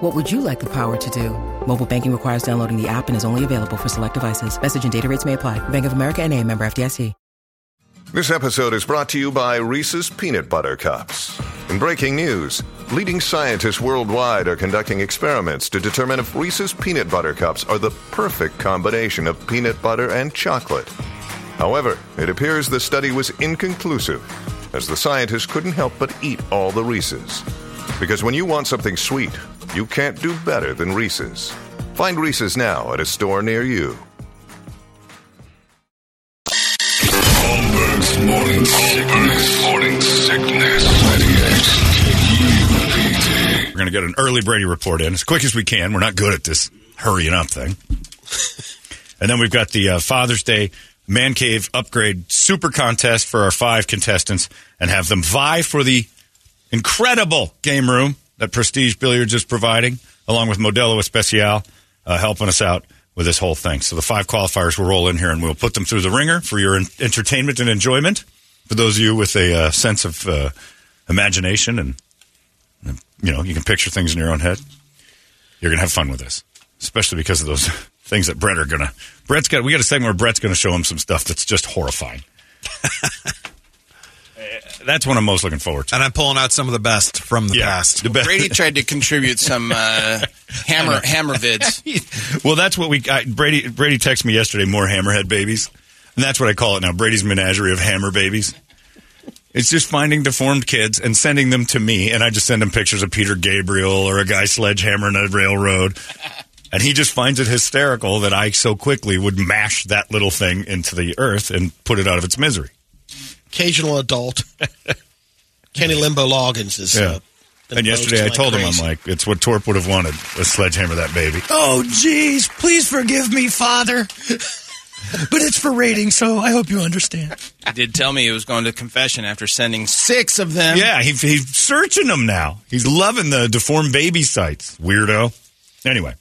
What would you like the power to do? Mobile banking requires downloading the app and is only available for select devices. Message and data rates may apply. Bank of America and a member FDIC. This episode is brought to you by Reese's Peanut Butter Cups. In breaking news, leading scientists worldwide are conducting experiments to determine if Reese's Peanut Butter Cups are the perfect combination of peanut butter and chocolate. However, it appears the study was inconclusive, as the scientists couldn't help but eat all the Reese's. Because when you want something sweet, you can't do better than Reese's. Find Reese's now at a store near you. Holmberg's morning sickness. Morning sickness. 98 We're going to get an early Brady report in as quick as we can. We're not good at this hurrying up thing. and then we've got the uh, Father's Day Man Cave Upgrade Super Contest for our five contestants and have them vie for the incredible game room that Prestige Billiards is providing, along with Modelo Especial uh, helping us out with this whole thing. So the five qualifiers will roll in here and we'll put them through the ringer for your en- entertainment and enjoyment. For those of you with a uh, sense of uh, imagination and you know, you can picture things in your own head. You're going to have fun with this, especially because of those things that Brett are going to. Brett's got. We got a segment where Brett's going to show him some stuff that's just horrifying. Eh, that's what I'm most looking forward to. And I'm pulling out some of the best from the Yeah, past. the best. Brady tried to contribute some uh, hammer hammer vids. well, that's what we. I, Brady Brady texted me yesterday. More hammerhead babies, and that's what I call it now. Brady's menagerie of hammer babies. It's just finding deformed kids and sending them to me, and I just send him pictures of Peter Gabriel or a guy sledgehammering a railroad, and he just finds it hysterical that I so quickly would mash that little thing into the earth and put it out of its misery. occasional adult. Kenny Limbo Loggins is. Yeah. Uh, been And yesterday I posting like told him, crazy. I'm like, it's what Torp would have wanted a sledgehammer that baby. Oh, jeez, please forgive me, Father. but it's for ratings, so I hope you understand. He did tell me he was going to confession after sending six of them. Yeah, he, he's searching them now. He's loving the deformed baby sites, weirdo. Anyway,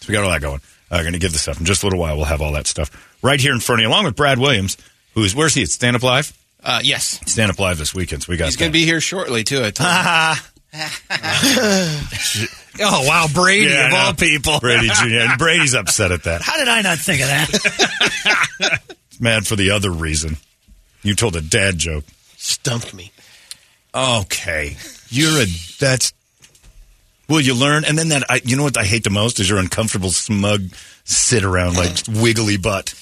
so we got all that going. I'm going to give this up in just a little while. We'll have all that stuff right here in front of you, along with Brad Williams, who's where's he at Stand Up Live? Uh, yes, Stand Up Live this weekend. So we got he's going that. to be here shortly too. I told him. Oh wow, Brady Yeah, I of know. all people. Brady Jr. And Brady's upset at that. How did I not think of that? Mad for the other reason. You told a dad joke. stumped me. Okay, you're a that's. Will you learn? And then that I, you know what I hate the most is your uncomfortable, smug, sit around like wiggly butt.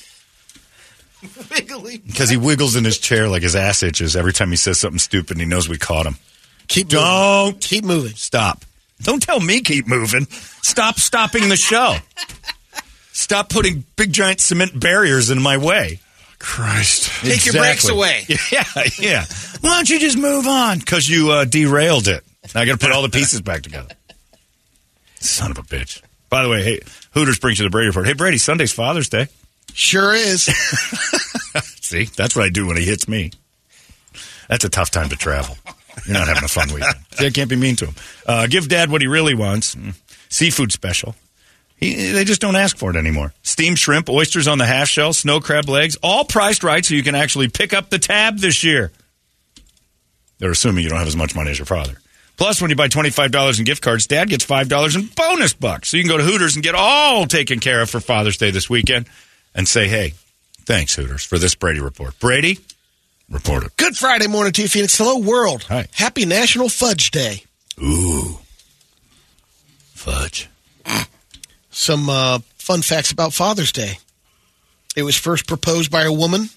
Wiggly. Because he wiggles in his chair like his ass itches every time he says something stupid. and He knows we caught him. Keep moving. Don't keep moving. stop. Don't tell me keep moving. Stop stopping the show. Stop putting big giant cement barriers in my way. Christ. Take your brakes away. Yeah, yeah. Why don't you just move on? Because you uh, derailed it. Now I got to put all the pieces back together. Son of a bitch. By the way, hey, Hooters brings you the Brady Report. Hey, Brady, Sunday's Father's Day. Sure is. See, that's what I do when he hits me. That's a tough time to travel. You're not having a fun weekend. See, I can't be mean to him. Uh, give dad what he really wants. Mm. Seafood special. He, they just don't ask for it anymore. Steamed shrimp, oysters on the half shell, snow crab legs, all priced right so you can actually pick up the tab this year. They're assuming you don't have as much money as your father. Plus, when you buy $25 in gift cards, dad gets $5 in bonus bucks. So you can go to Hooters and get all taken care of for Father's Day this weekend. and say, hey, thanks, Hooters, for this Brady report. Brady, report it. Good Friday morning to you, Phoenix. Hello, world. Hi. Happy National Fudge Day. Ooh. Fudge. Some uh, fun facts about Father's Day. It was first proposed by a woman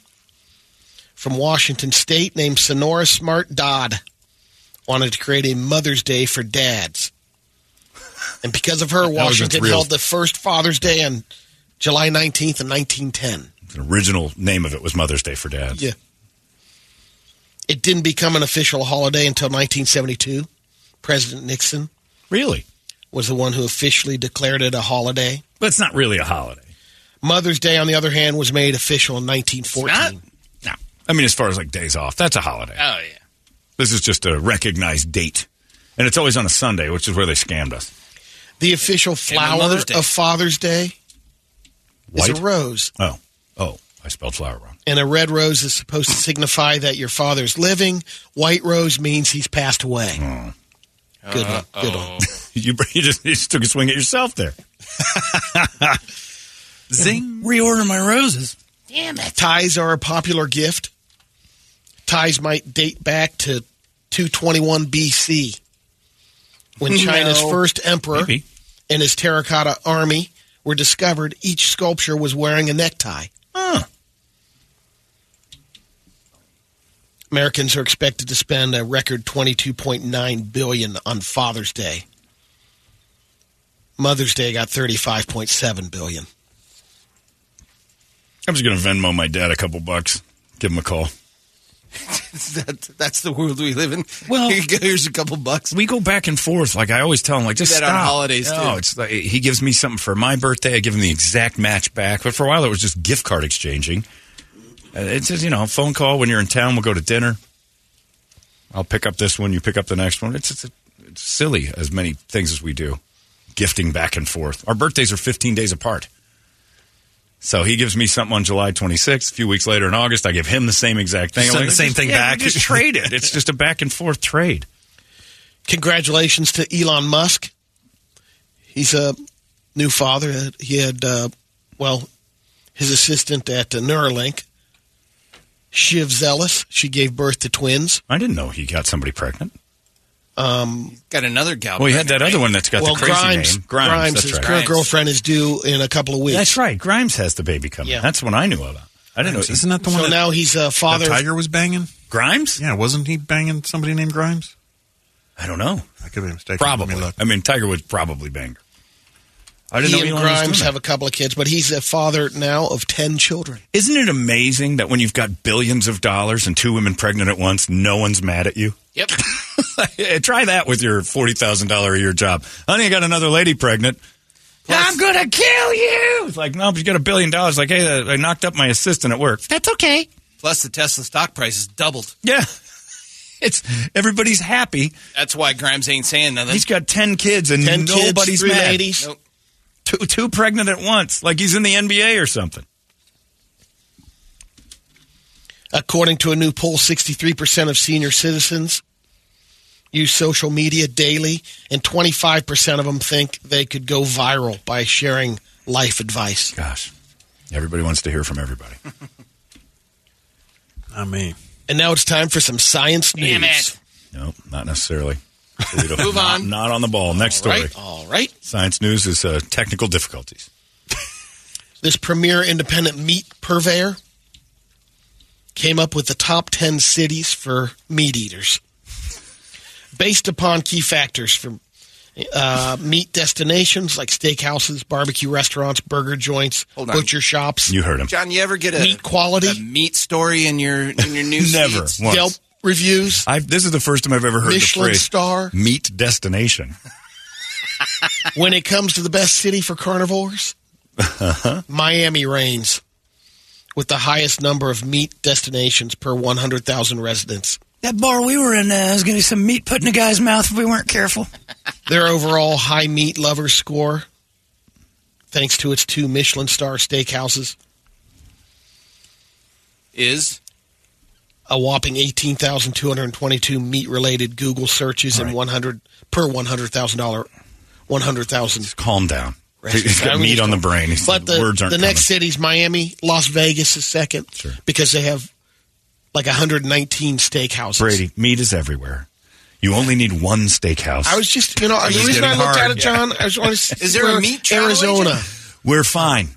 from Washington State named Sonora Smart Dodd. Wanted to create a Mother's Day for dads. And because of her, was a Washington real- held the first Father's Day on July 19th of 1910. The original name of it was Mother's Day for Dads. Yeah. It didn't become an official holiday until 1972. President Nixon Really? was the one who officially declared it a holiday. But it's not really a holiday. Mother's Day, on the other hand, was made official in 1914. No. I mean, as far as like days off, that's a holiday. Oh yeah. This is just a recognized date. And it's always on a Sunday, which is where they scammed us. The official flower Mother's Day. of Father's Day White? is a rose, Oh. Oh, I spelled flower wrong. and a red rose is supposed to signify that your father's living. White rose means he's passed away. Hmm. Good one. Good one. You, you, just, you just took a swing at yourself there. Zing. Reorder my roses. Ties are a popular gift. Ties might date back to 221 BC when China's first emperor Maybe. and his terracotta army were discovered. Each sculpture was wearing a necktie. Americans are expected to spend a record 22.9 billion on Father's Day. Mother's Day got 35.7 billion. I'm just going to Venmo my dad a couple bucks, give him a call. that, that's the world we live in. Well- Here you go, here's a couple bucks. We go back and forth. Like I always tell him, like just that on stop. holidays, No, too. it's like he gives me something for my birthday. I give him the exact match back. But for a while, it was just gift card exchanging. Uh, It's just you know, phone call when you're in town. We'll go to dinner. I'll pick up this one. You pick up the next one. It's it's, it's silly as many things as we do, gifting back and forth. Our birthdays are 15 days apart. So he gives me something on July 26th. A few weeks later in August, I give him the same exact thing. Send I'm the same just- thing yeah, back. we Just trade it. It's just a back and forth trade. congratulations to Elon Musk. He's a new father. He had, uh, well, his assistant at uh, Neuralink, Shiv Zealous. She gave birth to twins. Um, I didn't know he got somebody pregnant. Got another gal. Well, he had that other one that's got well, the crazy Grimes, name. Grimes, that's his right. current girlfriend is due in a couple of weeks. That's right. Grimes has the baby coming. Yeah. That's the one I knew about. I didn't know. Oh, Isn't that the So one that, now he's a that father. Tiger was banging? Grimes? Yeah, wasn't he banging somebody named Grimes? I don't know. I could be mistaken. Probably. Let me look. I mean, Tiger Woods probably banger. I He didn't and know Elon was Grimes doing have that. a couple of kids, but he's a father now of ten children. Isn't it amazing that when you've got billions of dollars and two women pregnant at once, no one's mad at you? Yep. Try that with your forty thousand dollar a year job. Honey, I got another lady pregnant. I'm gonna kill you. It's like no, but you got a billion dollars. Like hey, uh, I knocked up my assistant at work. That's okay. Plus, the Tesla stock price has doubled. Yeah. It's everybody's happy. That's why Grimes ain't saying nothing. He's got ten kids and Ten kids, nobody's three mad. ladies. Nope. Two, two pregnant at once, like he's in the NBA or something. According to a new poll, 63% of senior citizens use social media daily, and 25% of them think they could go viral by sharing life advice. Gosh, everybody wants to hear from everybody. Not me. And now it's time for some science news. Damn it. no, not necessarily. Toledo, Move not- on. Not on the ball. Next All story. right, all right. Science news is uh, technical difficulties. This premier independent meat purveyor came up with the top 10 cities for meat eaters based upon key factors for uh, meat destinations like steakhouses, barbecue restaurants, burger joints, Hold on. butcher shops. You heard him. John, you ever get a Meat quality? a meat story in your in your news? Never feeds? once. Yelp reviews, I've, this is the first time I've ever heard the Michelin phrase star. "meat destination." When it comes to the best city for carnivores, Uh-huh. Miami reigns with the highest number of meat destinations per 100,000 residents. That bar we were in uh, was going to be some meat put in a guy's mouth if we weren't careful. Their overall high meat lover score, thanks to its two Michelin star steakhouses, Is a whopping 18,222 meat related Google searches and 100 per $100,000 100,000 Calm down. He's got meat on the brain. He's, But the, words aren't the next coming. city's Miami. Las Vegas is second Sure. because they have like 119 steakhouses. Brady, meat is everywhere. You only need one steakhouse. I was just, you know, the just reason I getting looked hard, at it, yeah. John, I just want to. Is there a meat travel Arizona? agent? We're fine.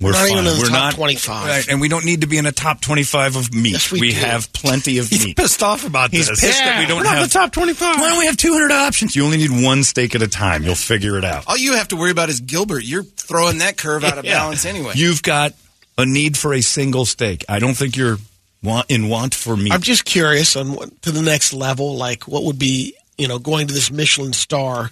We're Not fine. even in the We're top not 25. Right, and we don't need to be in the top twenty-five of meat. Yes, we do. have plenty of He's meat. pissed off about He's this. pissed that we don't We're not have in the top 25. Why don't we have two hundred options? You only need one steak at a time. You'll figure it out. All you have to worry about is Gilbert. You're throwing that curve out of balance anyway. You've got a need for a single steak. I don't think you're want, in want for meat. I'm just curious on what, to the next level. Like, what would be you know going to this Michelin star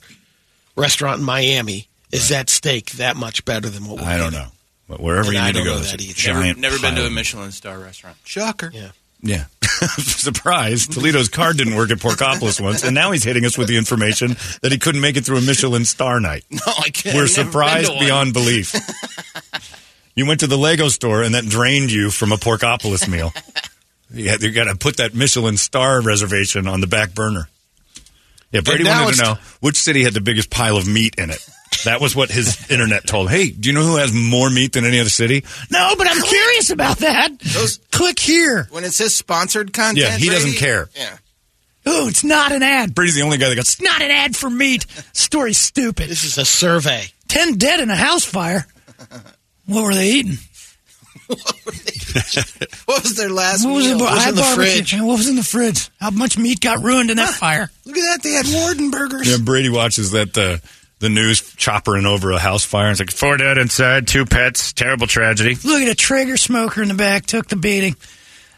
restaurant in Miami? Is that steak that much better than what? We're I don't getting? know. But wherever And you I need to don't go, know there's a that either. never giant. never been pile to a of- Michelin star restaurant. Shocker. Yeah. Yeah. Surprise. Toledo's card didn't work at Porkopolis once, and now he's hitting us with the information that he couldn't make it through a Michelin star night. No, I can't. We're I've never been surprised to one. beyond belief. you went to the Lego store, and that drained you from a Porkopolis meal. You, had- you got to put that Michelin star reservation on the back burner. Yeah, Brady And now wanted to it's- know which city had the biggest pile of meat in it. That was what his internet told. him. Hey, do you know who has more meat than any other city? No, but I'm curious about that. Click here. When it says sponsored content, Yeah, he doesn't Brady- care. Yeah. Ooh, it's not an ad. Brady's the only guy that got It's not an ad for meat. Story's stupid. This is a survey. Ten dead in a house fire. What were they eating? What was their last What was, it, meal? was in the fridge? What was in the fridge? How much meat got ruined in that fire? Look at that. They had Warden burgers. Yeah, Brady watches that uh, the news choppering over a house fire. And it's like four dead inside, two pets, terrible tragedy. Look at a trigger smoker in the back. Took the beating.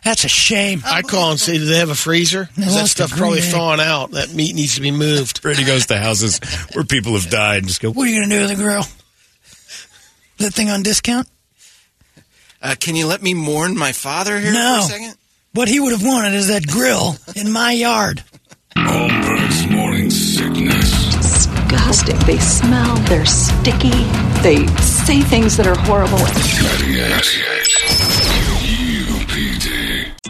That's a shame. I call and say, do they have a freezer? 'Cause They that lost stuff Oh, the probably green egg. thawing out. That meat needs to be moved. Brady goes to houses where people have died and just go, What are you gonna do with the grill? That thing on discount? Uh, can you let me mourn my father here No. for a second? What he would have wanted is that grill in my yard. Holmberg's morning sickness. disgusting. They smell, they're sticky, they say things that are horrible. 98. UPD.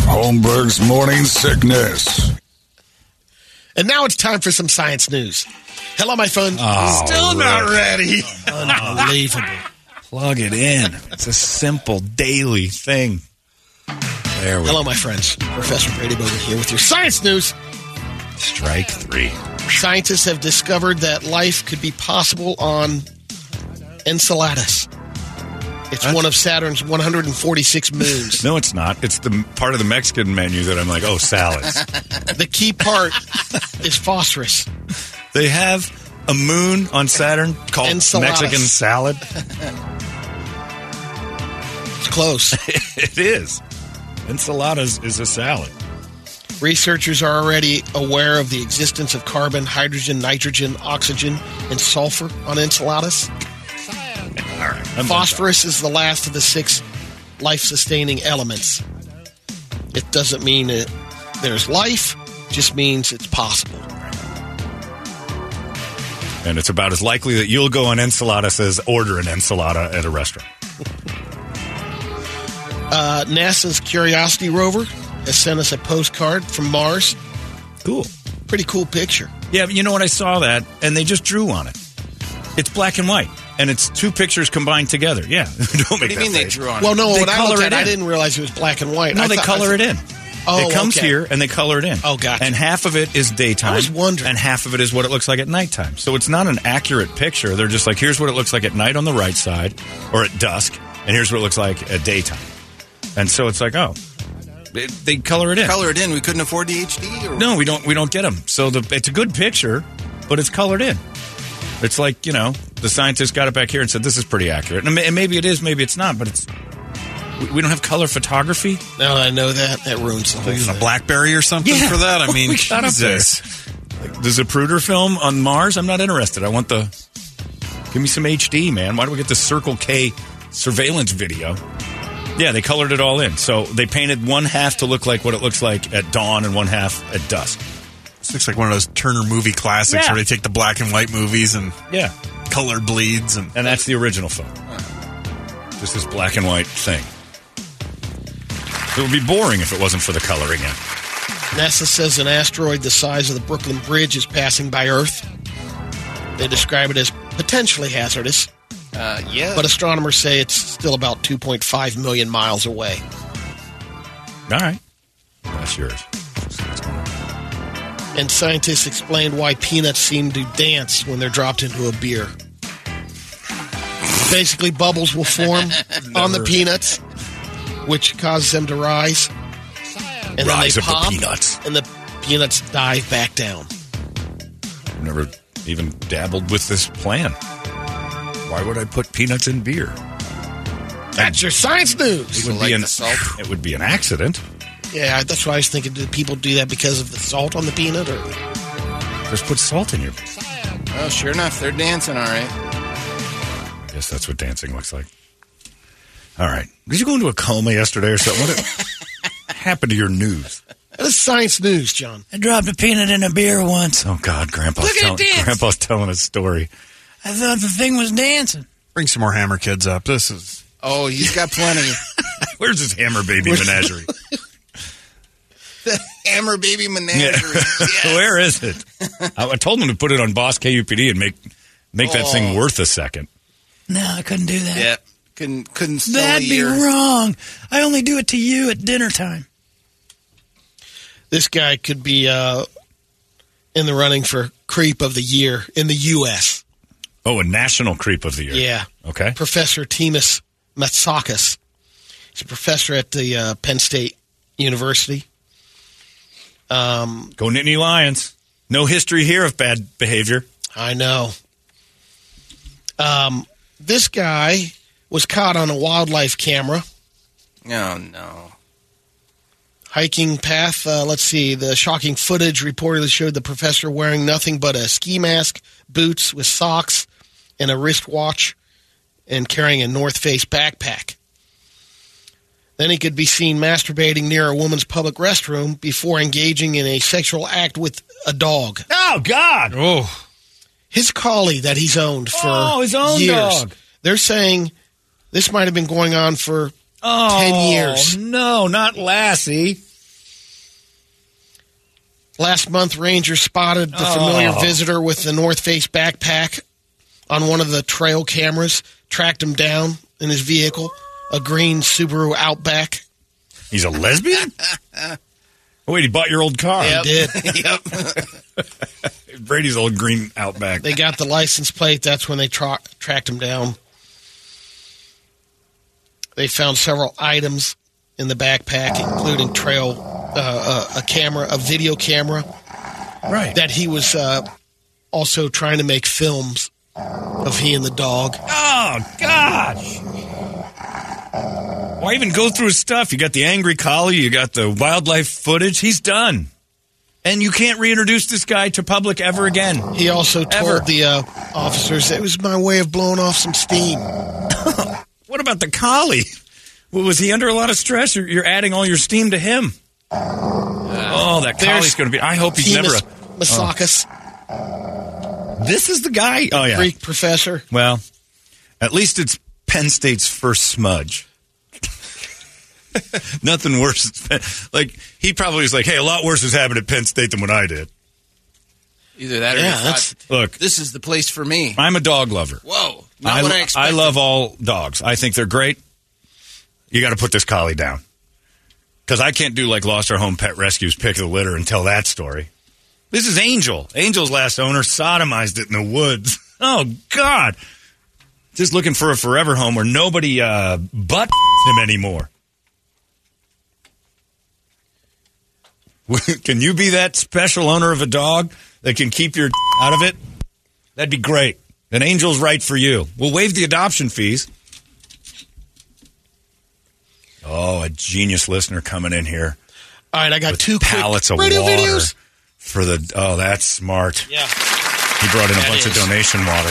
Holmberg's morning sickness. And now it's time for some science news. Hello, my phone. Still not ready. Unbelievable. Plug it in. It's a simple daily thing. There we Hello, go. my friends. Professor Brady Bogan here with your science news. Strike three. Scientists have discovered that life could be possible on Enceladus. It's one of Saturn's 146 moons. No, it's not. It's the part of the Mexican menu that I'm like, oh, salads. the key part is phosphorus. they have a moon on Saturn called Enchiladas. Mexican salad. It's close. It is. Enchiladas is a salad. Researchers are already aware of the existence of carbon, hydrogen, nitrogen, oxygen, and sulfur on Enceladus. All right. I'm done. Phosphorus is the last of the six life sustaining elements. It doesn't mean that there's life, it just means it's possible. And it's about as likely that you'll go on Enchiladas as order an enchilada at a restaurant. Uh, NASA's Curiosity rover has sent us a postcard from Mars. Cool. Pretty cool picture. Yeah, but you know what? I saw that, and they just drew on it. It's black and white, and it's two pictures combined together. Yeah, don't What make do you that mean they face. drew on Well, no, They when I color looked it at it, I in. didn't realize it was black and white. No, I they thought- color I it in. Oh, it comes okay. here and they color it in. Oh, gotcha. And half of it is daytime. I was wondering. And half of it is what it looks like at nighttime. So it's not an accurate picture. They're just like, here's what it looks like at night on the right side, or at dusk, and here's what it looks like at daytime. And so it's like, oh, they, they color it in. Color it in. We couldn't afford the HD. Or No, we don't. We don't get them. So the it's a good picture, but it's colored in. It's like you know the scientists got it back here and said this is pretty accurate, and, ma- and maybe it is, maybe it's not, but it's we, we don't have color photography. Now that I know that, that ruins the whole Using thing. a BlackBerry or something for that. I mean, we got Oh up there. Jesus. Like, the Zapruder film on Mars. I'm not interested. I want the Give me some HD, man. Why don't we get the Circle K surveillance video? Yeah, they colored it all in. So they painted one half to look like what it looks like at dawn and one half at dusk. This looks like one of those Turner movie classics Yeah. where they take the black and white movies and Yeah. color bleeds and And that's the original film. Just this black and white thing. It would be boring if it wasn't for the coloring in. NASA says an asteroid the size of the Brooklyn Bridge is passing by Earth. They describe it as potentially hazardous, Uh, yeah. but astronomers say it's still about 2.5 million miles away. All right. That's yours. And scientists explained why peanuts seem to dance when they're dropped into a beer. Basically, bubbles will form on the Never. peanuts, which causes them to rise. And Rise then of they the pop, peanuts. and the peanuts dive back down. I've never even dabbled with this plan. Why would I put peanuts in beer? That's your science news. It would, be like an, the salt. it would be an accident. Yeah, that's why I was thinking. Do people do that because of the salt on the peanut? Or Just put salt in your. Oh, sure enough, they're dancing all right. I guess that's what dancing looks like. All right. Did you go into a coma yesterday or something? What happened to your news? that's science news, John. I dropped a peanut in a beer once. Oh God, Grandpa's Look at it telling dance. Grandpa's telling a story. I thought the thing was dancing. bring some more Hammer Kids up. This is Oh, he's got plenty. Where's his hammer baby menagerie? Hammer baby menagerie. Yes. Where is it? I, I told him to put it on Boss KUPD and make make that Oh. thing worth a second. No, I couldn't do that. Yeah. Couldn't couldn't sell That'd be your- wrong. I only do it to you at dinner time. This guy could be uh, in the running for creep of the year in the U.S. Oh, a national creep of the year. Yeah, Okay. Professor Timus Matsakis. He's a professor at the uh, Penn State University. Um, Go Nittany Lions. No history here of bad behavior. I know. Um, this guy was caught on a wildlife camera Oh no. hiking path. Uh, let's see. The shocking footage reportedly showed the professor wearing nothing but a ski mask, boots with socks, and a wristwatch, and carrying a North Face backpack. Then he could be seen masturbating near a woman's public restroom before engaging in a sexual act with a dog. Oh God. oh His collie that he's owned for Oh, his own years. dog. They're saying this might have been going on for Oh, 10 years. Oh, No, not Lassie. Last month, Rangers spotted the familiar visitor with the North Face backpack on one of the trail cameras, tracked him down in his vehicle, a green Subaru Outback. He's a lesbian? oh, wait, he bought your old car. They did. Brady's old green Outback. They got the license plate. That's when they tra- tracked him down. They found several items in the backpack, including trail, uh, uh, a camera, a video camera right. that he was uh, also trying to make films of he and the dog. oh, gosh. Why even go through his stuff? You got the angry collie, you got the wildlife footage. He's done. And you can't reintroduce this guy to public ever again. He also told Ever. the uh, officers it was my way of blowing off some steam. What about the collie? Well, was he under a lot of stress? You're, you're adding all your steam to him. oh, that collie's going to be. I hope he's never. Themis A, oh. Masakis, this is the guy. Oh yeah. Greek professor. Well, at least it's Penn State's first smudge. Nothing worse. than- Like he probably was like, "Hey, a lot worse has happened at Penn State than what I did." Either that or Yeah, yeah, that's- Look, this is the place for me. I'm a dog lover. Whoa. Not what I I expected. love all dogs. I think they're great. You got to put this collie down because I can't do like Lost Our Home Pet Rescues, pick of the litter, and tell that story. This is Angel. Angel's last owner sodomized it in the woods. Oh God! Just looking for a forever home where nobody uh, but him anymore. can you be that special owner of a dog that can keep your out of it? That'd be great. An angel's right for you. We'll waive the adoption fees. Oh, a genius listener coming in here. All right, I got two quick Pallets of water radio videos. for the. Oh, that's smart. Yeah, He brought in a That bunch of is. donation water.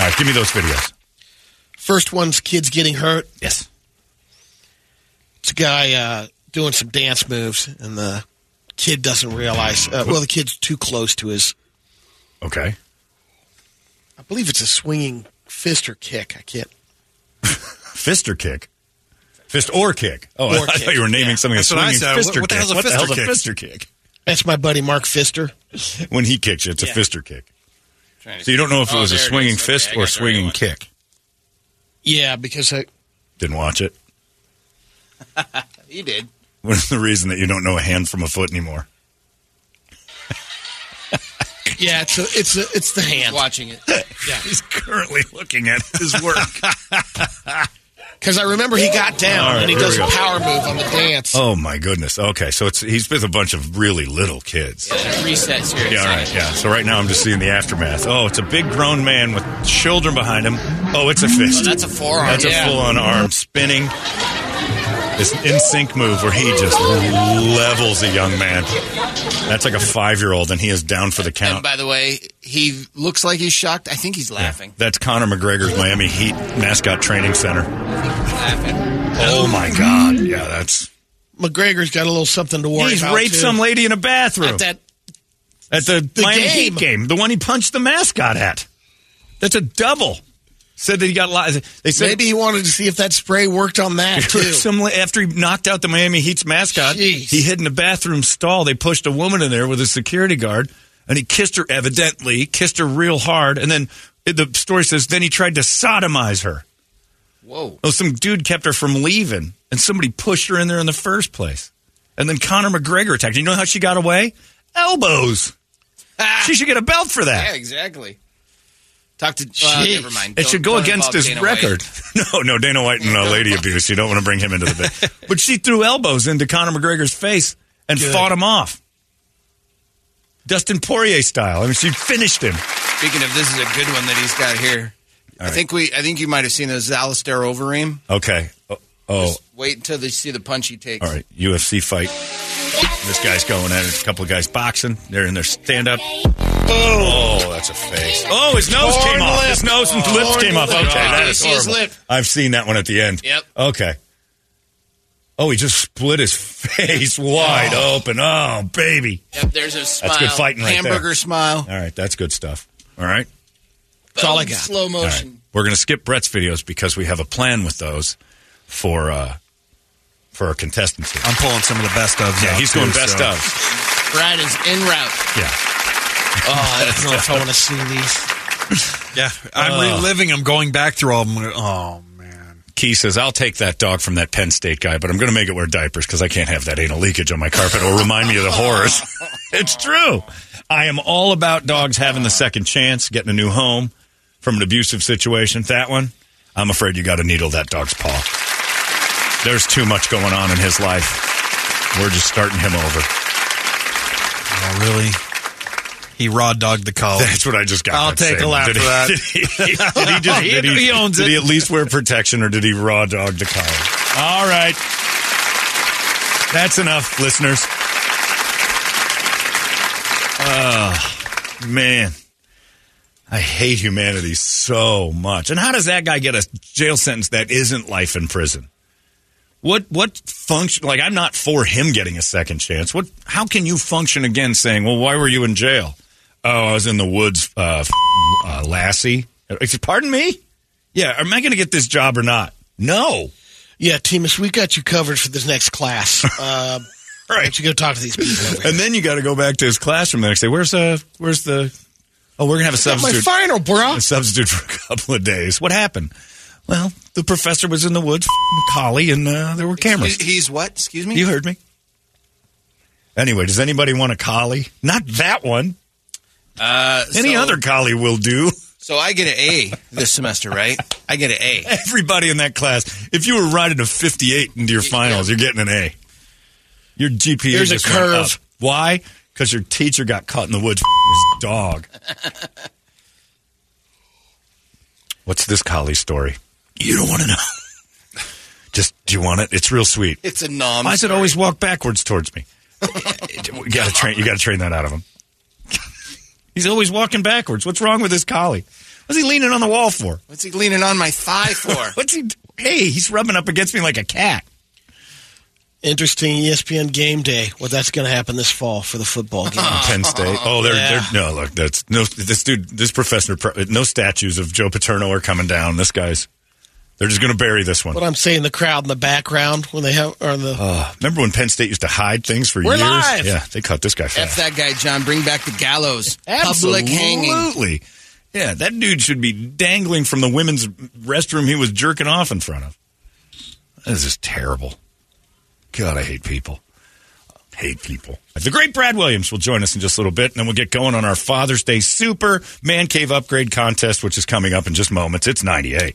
All right, give me those videos. First one's kids getting hurt. Yes. It's a guy uh, doing some dance moves, and the kid doesn't realize. Uh, well, the kid's too close to his. Okay. I believe it's a swinging fist or kick. I can't. Fist or kick? Fist or kick? Oh, I, Or I kick, thought you were naming yeah. something a That's what I swinging said. fist or What- what the kick. hell's a fist or hell's kick? fister kick? That's my buddy Mark Fister. When he kicks you, it's a Yeah. fister kick. Trying to So you don't know if it Oh, was a there it swinging is. Okay, I fist got or the right swinging one. kick. Yeah, because I, Didn't watch it. He did. What's the reason that you don't know a hand from a foot anymore? yeah, it's a, it's a, it's the hand. Watching it. Yeah, He's currently looking at his work. because I remember he got down All right, and he here does a we go. power move on the dance. oh my goodness. Okay, so it's he's with a bunch of really little kids. Resets here. Yeah, all right, yeah. So right now I'm just seeing the aftermath. Oh, it's a big grown man with children behind him. Oh, it's a fist. Well, that's a forearm. That's yeah. a full on arm spinning. This in sync move where he just levels a young man. That's like a five year old, and he is down for the And count. by the way, he looks like he's shocked. I think he's laughing. That's Conor McGregor's Miami Heat mascot training center. Laughing. Oh my God. Yeah, that's. McGregor's got a little something to worry He's about. raped too. some lady in a bathroom At that at the, the Miami game. Heat game, the one he punched the mascot at. That's a double. Said that he got li They said Maybe he wanted to see if that spray worked on that too. Some, after he knocked out the Miami Heat's mascot, Jeez. he hid in a bathroom stall. They pushed a woman in there with a security guard, and he kissed her evidently, kissed her real hard, and then the story says then he tried to sodomize her. Whoa. Oh, some dude kept her from leaving, and somebody pushed her in there in the first place. And then Conor McGregor attacked. her. You know how she got away? Elbows. She should get a belt for that. Yeah, exactly. Talk to. Well, never mind. It Don't- should go don't against involve his Dana White. record. No, no, Dana White and uh, lady abuse. You don't want to bring him into the bit. But she threw elbows into Conor McGregor's face and fought him off. Dustin Poirier style. I mean, she finished him. Speaking of, this is a good one that he's got here. I think we. I think you might have seen those Alistair Overeem. Okay. Oh, oh, Wait until they see the punch he takes. all right. UFC fight. This guy's going at it. A couple of guys boxing. They're in their stand up. Oh, that's a face. Oh, his nose Torn came off. lip. His nose and Torn lips came off. lip. Okay, that You is see his horrible. lip. I've seen that one at the end. Yep. Okay. Oh, he just split his face wide open. Oh, baby. Yep, there's a smile. good fighting right there. Hamburger smile. All right, that's good stuff. All right. That's all I got. Slow All right. motion. We're going to skip Brett's videos because we have a plan with those for uh for our contestants. Oh, here. I'm pulling some of the best of. Yeah, he's going best so. of. Brad is en route. Yeah. Oh, I don't know if I want to see these. Yeah, I'm Oh. reliving. I'm going back through all. My, oh man, Key says, I'll take that dog from that Penn State guy, but I'm going to make it wear diapers because I can't have that anal leakage on my carpet or remind me of the horrors. it's true. I am all about dogs having the second chance, getting a new home from an abusive situation. That one, I'm afraid you got to needle that dog's paw. There's too much going on in his life. We're just starting him over. oh really? He raw dogged the collar. That's what I just got. I'll that take a same. laugh Did for he- that. Did he, did he just, He- did he owns did it. he at least wear protection or did he raw dog the collar? All right. That's enough, listeners. Oh, man. I hate humanity so much. And how does that guy get a jail sentence that isn't life in prison? What what function? Like I'm not for him getting a second chance. What? How can you function again? Saying, well, why were you in jail? Oh, I was in the woods, uh, f- uh, Lassie. If you pardon me, yeah. Am I going to get this job or not? No. Yeah, Timus, we got you covered for this next class. Uh, All Why don't you go talk to these people? Over here? And then you got to go back to his classroom the next day. Where's uh? Where's the? Oh, we're gonna have a Got my substitute. final, bro. a substitute for a couple of days. What happened? Well, the professor was in the woods, f***ing a collie, and uh, there were cameras. He's, he's what? Excuse me. You heard me. Anyway, does anybody want a collie? Not that one. Uh, Any so- other collie will do. So I get an A this semester, right? I get an A. Everybody in that class. If you were riding a 58 into your finals, you're getting an A. Your GPA There's a just went up. curve. Why? Because your teacher got caught in the woods his dog. What's this collie story? You don't want to know. Just do you want it? It's real sweet. It's a nom. Why does it always walk backwards towards me? you got to train. You got to train that out of him. He's always walking backwards. What's wrong with this collie? What's he leaning on the wall for? What's he leaning on my thigh for? What's he? do- Hey, he's rubbing up against me like a cat. Interesting E ESPN game day. Well, that's going to happen this fall for the football game. Penn State. Oh, they're, Yeah. they're no look. That's no. This dude, this professor, pro- no statues of Joe Paterno are coming down. This guy's. They're just going to bury this one. But I'm saying the crowd in the background when they have or the Uh, remember when Penn State used to hide things for We're years? live! Yeah, they caught this guy F fast. that guy, John. Bring back the gallows. Public hanging. Absolutely. Yeah, that dude should be dangling from the women's restroom he was jerking off in front of. This is terrible. God, I hate people. Hate people. The great Brad Williams will join us in just a little bit, and then we'll get going on our Father's Day Super Man Cave Upgrade Contest, which is coming up in just moments. It's 98.